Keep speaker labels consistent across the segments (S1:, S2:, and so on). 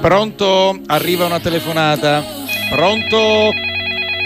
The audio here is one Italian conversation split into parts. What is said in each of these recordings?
S1: Pronto? Arriva una telefonata. Pronto?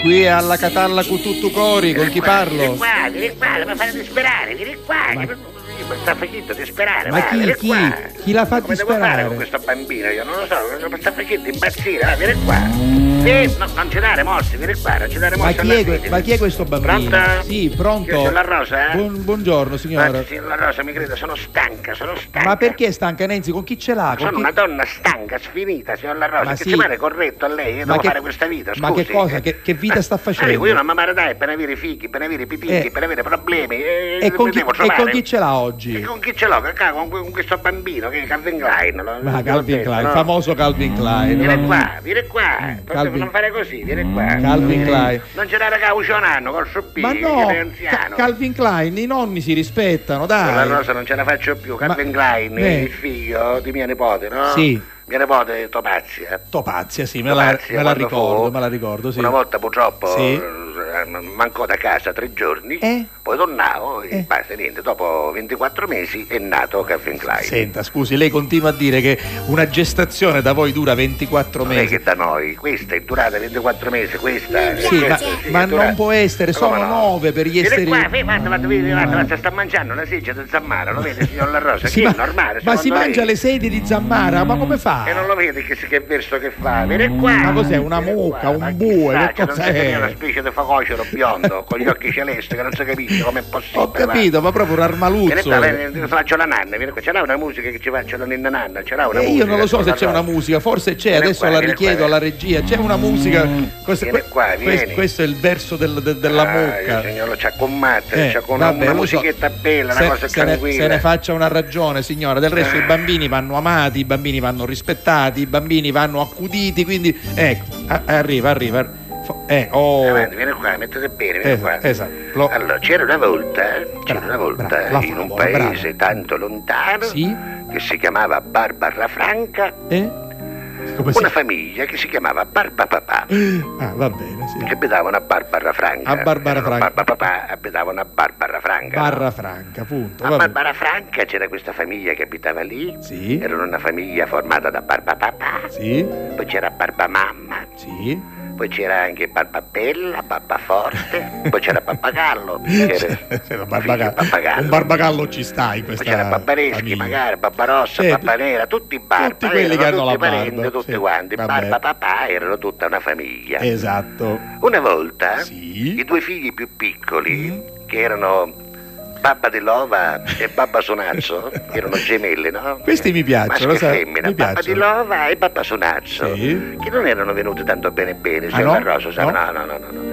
S1: Qui alla Catalla Cututtu Cori, con chi
S2: Vieni
S1: parlo?
S2: qua, vieni qua, la mi fai desperare, vieni qua. che Mi mi sta facendo desperare.
S3: Ma
S2: va,
S3: chi-
S2: vieni
S3: chi-
S2: qua.
S3: chi l'ha fatto
S2: Come devo fare
S3: sperare?
S2: con questo bambino? Io non lo so, mi sta facendo impazzire, va, vieni qua. Sì, no, non ci dare morsi, vieni qua, non ci dare
S3: Ma
S2: morsi.
S3: chi,
S2: alla
S3: è, que-
S2: fine.
S3: ma chi è questo bambino?
S2: Pronto?
S3: Sì,
S2: Io
S3: pronto.
S2: sono la Rosa, eh?
S1: Buon- buongiorno
S2: Ma,
S1: signora.
S2: signor la Rosa, mi creda, sono stanca, sono stanca.
S3: Ma perché è stanca Nenzi? Con chi ce l'ha? Con
S2: Sono
S3: chi-
S2: una donna stanca, sfinita, signor La Rosa.
S3: Ma
S2: che
S3: sì.
S2: ci pare corretto a lei? Io
S3: Ma
S2: devo
S3: che-
S2: fare questa vita, scusi.
S3: ma che cosa? Che- che vita sta facendo?
S2: Amico, io non mi pare dai per avere figli, per avere pitigli,
S3: Eh.
S2: per avere problemi. eh,
S3: E con,
S2: mi
S3: chi,
S2: devo
S3: e
S2: trovare.
S3: con chi ce l'ha oggi?
S2: E con chi ce l'ho? Che cavolo, Con, con questo bambino che è Calvin Klein. lo-
S3: Ma
S2: l'ho
S3: Calvin
S2: detto,
S3: Klein, Mm, il
S2: no?
S1: famoso Calvin Klein.
S2: Vieni qua, vieni qua.
S1: Calvin-
S2: Possiamo fare così, vieni qua.
S1: Calvin
S2: Eh,
S1: Klein.
S2: Non c'è da ragazzo un anno col soppino,
S3: Mm, Ma no,
S2: che è
S3: Ca-
S2: anziano.
S3: Calvin Klein, i nonni si rispettano,
S2: La
S3: dai.
S2: rosa non ce la faccio più. Calvin Klein,
S3: Eh.
S2: il figlio di mia nipote, no?
S3: Sì.
S2: Mia nipote Topazia.
S3: Topazia, sì, me la,
S2: Topazia,
S3: me la
S2: quando
S3: ricordo,
S2: fu-
S3: me la ricordo, sì.
S2: Una volta purtroppo
S3: Sì.
S2: eh, mancò da casa tre giorni,
S3: Eh?
S2: poi tornavo e
S3: Eh.
S2: basta, niente. Dopo 24 mesi è nato Calvin Klein.
S3: Senta, scusi, lei continua a dire che una gestazione da voi dura 24
S2: Non è
S3: mesi.
S2: che da noi, questa è durata 24 mesi, questa.
S3: Sì,
S2: eh,
S3: ma-
S2: questa sì,
S3: ma
S2: è durata-
S3: non può essere,
S2: Ma come
S3: sono
S2: no?
S3: nove per gli
S2: Vieni
S3: esseri-
S2: qua, fai, guarda, guarda, vedi, guarda, guarda, sta mangiando una seggia del zammaro, lo vede, signor La Rosa?
S3: Si
S2: che
S3: ma-
S2: è normale,
S3: ma si
S2: secondo lei?
S3: mangia le sedie di Zammara, ma come
S2: E non
S3: fa?
S2: lo vedi che, che verso che fa? Vieni qua!
S3: Mm. Ma cos'è, una
S2: Vieni
S3: mucca,
S2: qua,
S3: un
S2: ma
S3: bue,
S2: chissà,
S3: che
S2: c'è, non
S3: cos'è?
S2: si capisce, una specie di facocero biondo con gli occhi celesti che non si capisce com'è possibile.
S3: Ho capito, ma proprio un
S2: va. Vieni qua,
S3: armaluzzo.
S2: vieni, faccio la nanna, vieni qua. Ce l'ha una musica che ci faccia la ninna nanna? Ce l'ha una
S3: E
S2: musica?
S3: Eh, io non lo so se c'è una
S2: musica.
S3: musica, forse c'è,
S2: Vieni
S3: adesso
S2: qua,
S3: la
S2: vieni qua,
S3: richiedo
S2: vieni.
S3: alla regia, c'è una musica. Questo,
S2: Vieni qua,
S3: que- questo-
S2: vieni.
S3: questo è il verso del- de- della mucca.
S2: Signor, c'ha con matte,
S3: Eh,
S2: c'ha con
S3: vabbè,
S2: una
S3: lo so.
S2: musichetta bella, una
S3: Se-
S2: cosa
S3: se ne,
S2: tranquilla. Ah.
S3: se ne faccia una ragione, signora. Del resto, i bambini vanno amati, i bambini vanno rispettati, i bambini vanno accuditi. Quindi, ecco, a- arriva, arriva. ar- fo- eh, oh.
S2: Avanti, vieni qua, mettete bene, vieni
S3: Es-
S2: qua.
S3: esatto, lo-
S2: Allora, c'era una volta, eh? c'era
S3: Bravo,
S2: una volta
S3: bravo, la
S2: in un
S3: favola, bravo.
S2: paese tanto lontano
S3: Sì?
S2: che si chiamava Barbara Franca,
S3: Eh? Come si-
S2: una famiglia che si chiamava Barba Papà.
S3: Ah, va bene, sì.
S2: Che abitavano a Barbara Franca. Eh,
S3: A Barbara
S2: Erano
S3: Franca.
S2: Barba Papà abitavano a Barbara Franca.
S3: Barra franca, punto.
S2: A
S3: va bene.
S2: Barbara Franca c'era questa famiglia che abitava lì.
S3: Sì.
S2: Erano una famiglia formata da Barba Papà,
S3: Sì,
S2: poi c'era Barba Mamma,
S3: sì.
S2: poi c'era anche Barba Bella, Barba Forte, poi c'era Pappagallo. C'era...
S3: C'era un
S2: Figlio di
S3: barbagallo.
S2: pappagallo.
S3: Un barbagallo ci stai
S2: Poi
S3: questa
S2: c'era Barbareschi,
S3: famiglia.
S2: magari Barbarossa,
S3: Eh,
S2: Barbanera, tutti i barba,
S3: tutti quelli che
S2: erano
S3: hanno
S2: tutti
S3: la
S2: parenti,
S3: barba,
S2: tutti
S3: sì.
S2: quanti.
S3: Vabbè.
S2: Barba papà erano tutta una famiglia.
S3: Esatto.
S2: Una volta
S3: Sì.
S2: i due figli più piccoli,
S3: Mm.
S2: che erano Babba di Lova e Babba Sonazzo, che erano gemelle, no?
S3: Questi ah, mi piacciono,
S2: Maschio e
S3: lo sai,
S2: femmina,
S3: mi
S2: Babba
S3: piacciono.
S2: di Lova e Babba Sonazzo,
S3: Sì.
S2: che non erano venuti tanto bene bene,
S3: Ah,
S2: se
S3: no?
S2: la rosa, sa-
S3: No? Mm.
S2: no, no, no, no, no.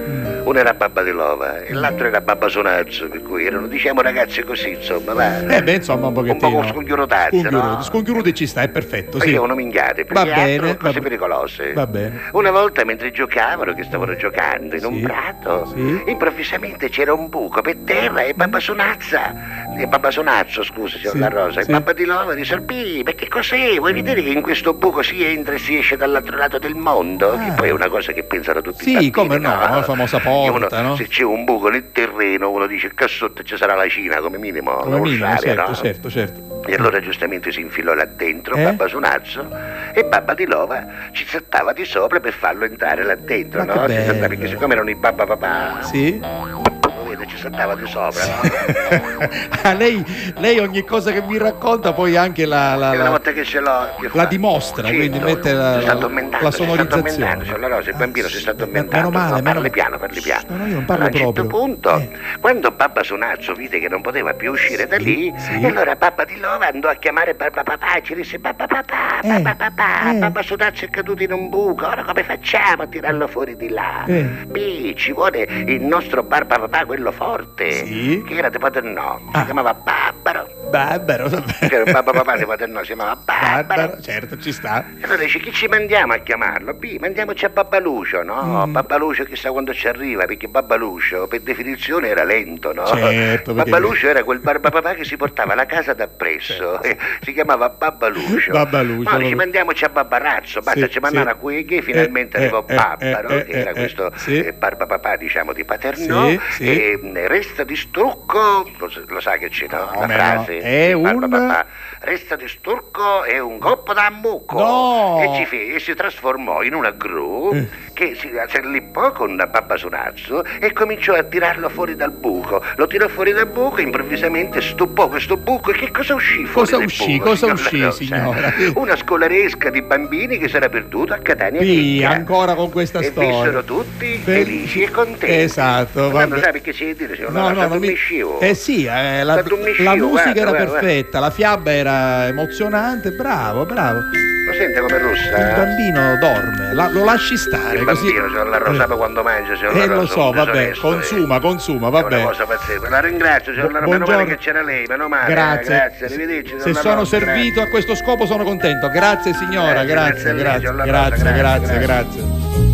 S2: Uno era Babba di Lova e l'altro era Babba Sonazzo, per cui erano, diciamo, ragazzi così, insomma, va.
S3: Eh beh, insomma, un
S2: Un
S3: pochettino.
S2: po' scongiurotazzi,
S3: Scongiuruti,
S2: no?
S3: scongiuruti ci sta, è perfetto, sì.
S2: Facevano minghiate,
S3: Va
S2: perché
S3: bene,
S2: erano cose
S3: va-
S2: pericolose.
S3: va bene.
S2: Una volta mentre giocavano, che stavano giocando in un
S3: Sì,
S2: prato,
S3: sì.
S2: improvvisamente c'era un buco per terra e Eh, Babasonazza, e Babasonazzo, scusa signor
S3: Sì,
S2: La Rosa,
S3: sì.
S2: e Babba di Lova di Sorpì, ma che cos'è? Vuoi vedere che in questo buco si entra e si esce dall'altro lato del mondo? Che
S3: Ah.
S2: poi è una cosa che pensano tutti
S3: Sì,
S2: i bambini,
S3: come no, la famosa porta,
S2: Uno-
S3: no?
S2: Se c'è un buco nel terreno, uno dice, cassotto ci sarà la Cina, come minimo,
S3: Come
S2: non
S3: minimo,
S2: Australia,
S3: certo,
S2: no?
S3: certo, certo.
S2: E allora giustamente si infilò là dentro
S3: Eh?
S2: Babba Sunazzo e Babba di Lova ci saltava di sopra per farlo entrare là dentro,
S3: Ma
S2: no?
S3: che
S2: Ci saltava-
S3: bello.
S2: perché siccome erano i Babba Papà,
S3: Sì?
S2: lo vedo, ci saltava di sopra, no?
S3: Ah, lei, lei ogni cosa che mi racconta poi anche la... la-
S2: E
S3: la-
S2: una volta che ce l'ho che
S3: la
S2: fa?
S3: dimostra,
S2: Certo,
S3: quindi mette la-
S2: si sta
S3: la-
S2: addormentando,
S3: la
S2: Si sta
S3: sonorizzazione.
S2: addormentando, signor La Rosa, il bambino si sta
S3: Ah, sì,
S2: addormentando.
S3: meno male,
S2: no,
S3: meno-
S2: parli piano, parli
S3: Shh,
S2: piano.
S3: no, no, io non parlo
S2: allora, a un certo
S3: proprio.
S2: punto,
S3: Eh.
S2: quando Babba Sonazzo vide che non poteva più uscire da
S3: Sì,
S2: lì,
S3: sì.
S2: e allora Babba di Lova andò a chiamare Babba Papà e ci disse Babba Papà,
S3: Eh,
S2: Babba Papà,
S3: eh.
S2: Babba Sonazzo è caduto in un buco, ora come facciamo a tirarlo fuori di là?
S3: Eh.
S2: Pì, ci vuole il nostro Babba Papà, quello forte,
S3: Sì.
S2: che era di Paternò,
S3: Ah.
S2: si chiamava Babbaro.
S3: Barbaro, va bene.
S2: Che era Babba Papà di Paternò, si chiamava Babbaro.
S3: Barbaro, certo, ci sta.
S2: E allora dice, chi ci mandiamo a chiamarlo? B, mandiamoci a Babbalucio, no? Babbalucio chissà quando ci arriva, perché Babbalucio per definizione era lento, no?
S3: Certo, perché-
S2: Babbalucio era quel barbapapà che si portava la casa d'appresso, eh, si chiamava Babbalucio.
S3: Babbalucio,
S2: No, dice,
S3: proprio.
S2: mandiamoci a Babbarazzo, basta,
S3: Sì,
S2: ci mandano
S3: sì.
S2: a qui che finalmente
S3: Eh,
S2: arrivò
S3: eh,
S2: Babbaro,
S3: eh,
S2: che
S3: eh,
S2: era
S3: eh,
S2: questo
S3: sì.
S2: eh, barbapapà, diciamo, di Paternò,
S3: Sì, sì.
S2: e mm, resta di strucco, lo, lo sa che c'è, no? La
S3: Come no,
S2: frase,
S3: È un-
S2: Resta di storco e un coppo da mucco.
S3: No! Eh.
S2: E ci fe- e si trasformò in una gru che si serlippò con Babba Sonazzo e cominciò a tirarlo fuori dal buco. Lo tirò fuori dal buco e improvvisamente stuppò questo buco e che cosa uscì fuori
S3: Cosa
S2: dal
S3: uscì?
S2: buco,
S3: Cosa
S2: signor
S3: uscì,
S2: La Rosa?
S3: signora?
S2: Una scolaresca di bambini che si era perduta a Catania
S3: Sì,
S2: Nicchia.
S3: ancora con questa
S2: e
S3: storia.
S2: vissero tutti
S3: Beh,
S2: felici e contenti.
S3: Esatto,
S2: Ma
S3: vabbè.
S2: non sai perché si dire, signor La oh.
S3: No,
S2: Rosa,
S3: no, non mi...
S2: dormiscivo.
S3: Eh sì, eh, la,
S2: Stato un miscio,
S3: la musica
S2: guarda,
S3: era
S2: guarda, guarda.
S3: perfetta, la fiaba era emozionante, bravo, bravo.
S2: Lo sente come
S3: Il
S2: russa?
S3: bambino dorme, la- lo lasci stare
S2: Eh. Il
S3: così.
S2: bambino, signor La Rosa,
S3: Eh.
S2: poi quando mangia, signor La
S3: Eh
S2: Rosa.
S3: lo so,
S2: un
S3: vabbè,
S2: disonesto,
S3: consuma, consuma,
S2: eh. È una
S3: vabbè.
S2: cosa pazzesca. La ringrazio, signor La Rosa, meno male che c'era lei, meno male.
S3: Grazie.
S2: eh, grazie, arrivederci. signor
S3: Se
S2: La
S3: sono
S2: Rosa,
S3: servito a questo scopo sono contento. Grazie signora,
S2: Eh, Grazie, grazie
S3: grazie,
S2: a lei,
S3: grazie,
S2: signor La Rosa,
S3: grazie,
S2: grazie,
S3: grazie,
S2: grazie.
S3: grazie.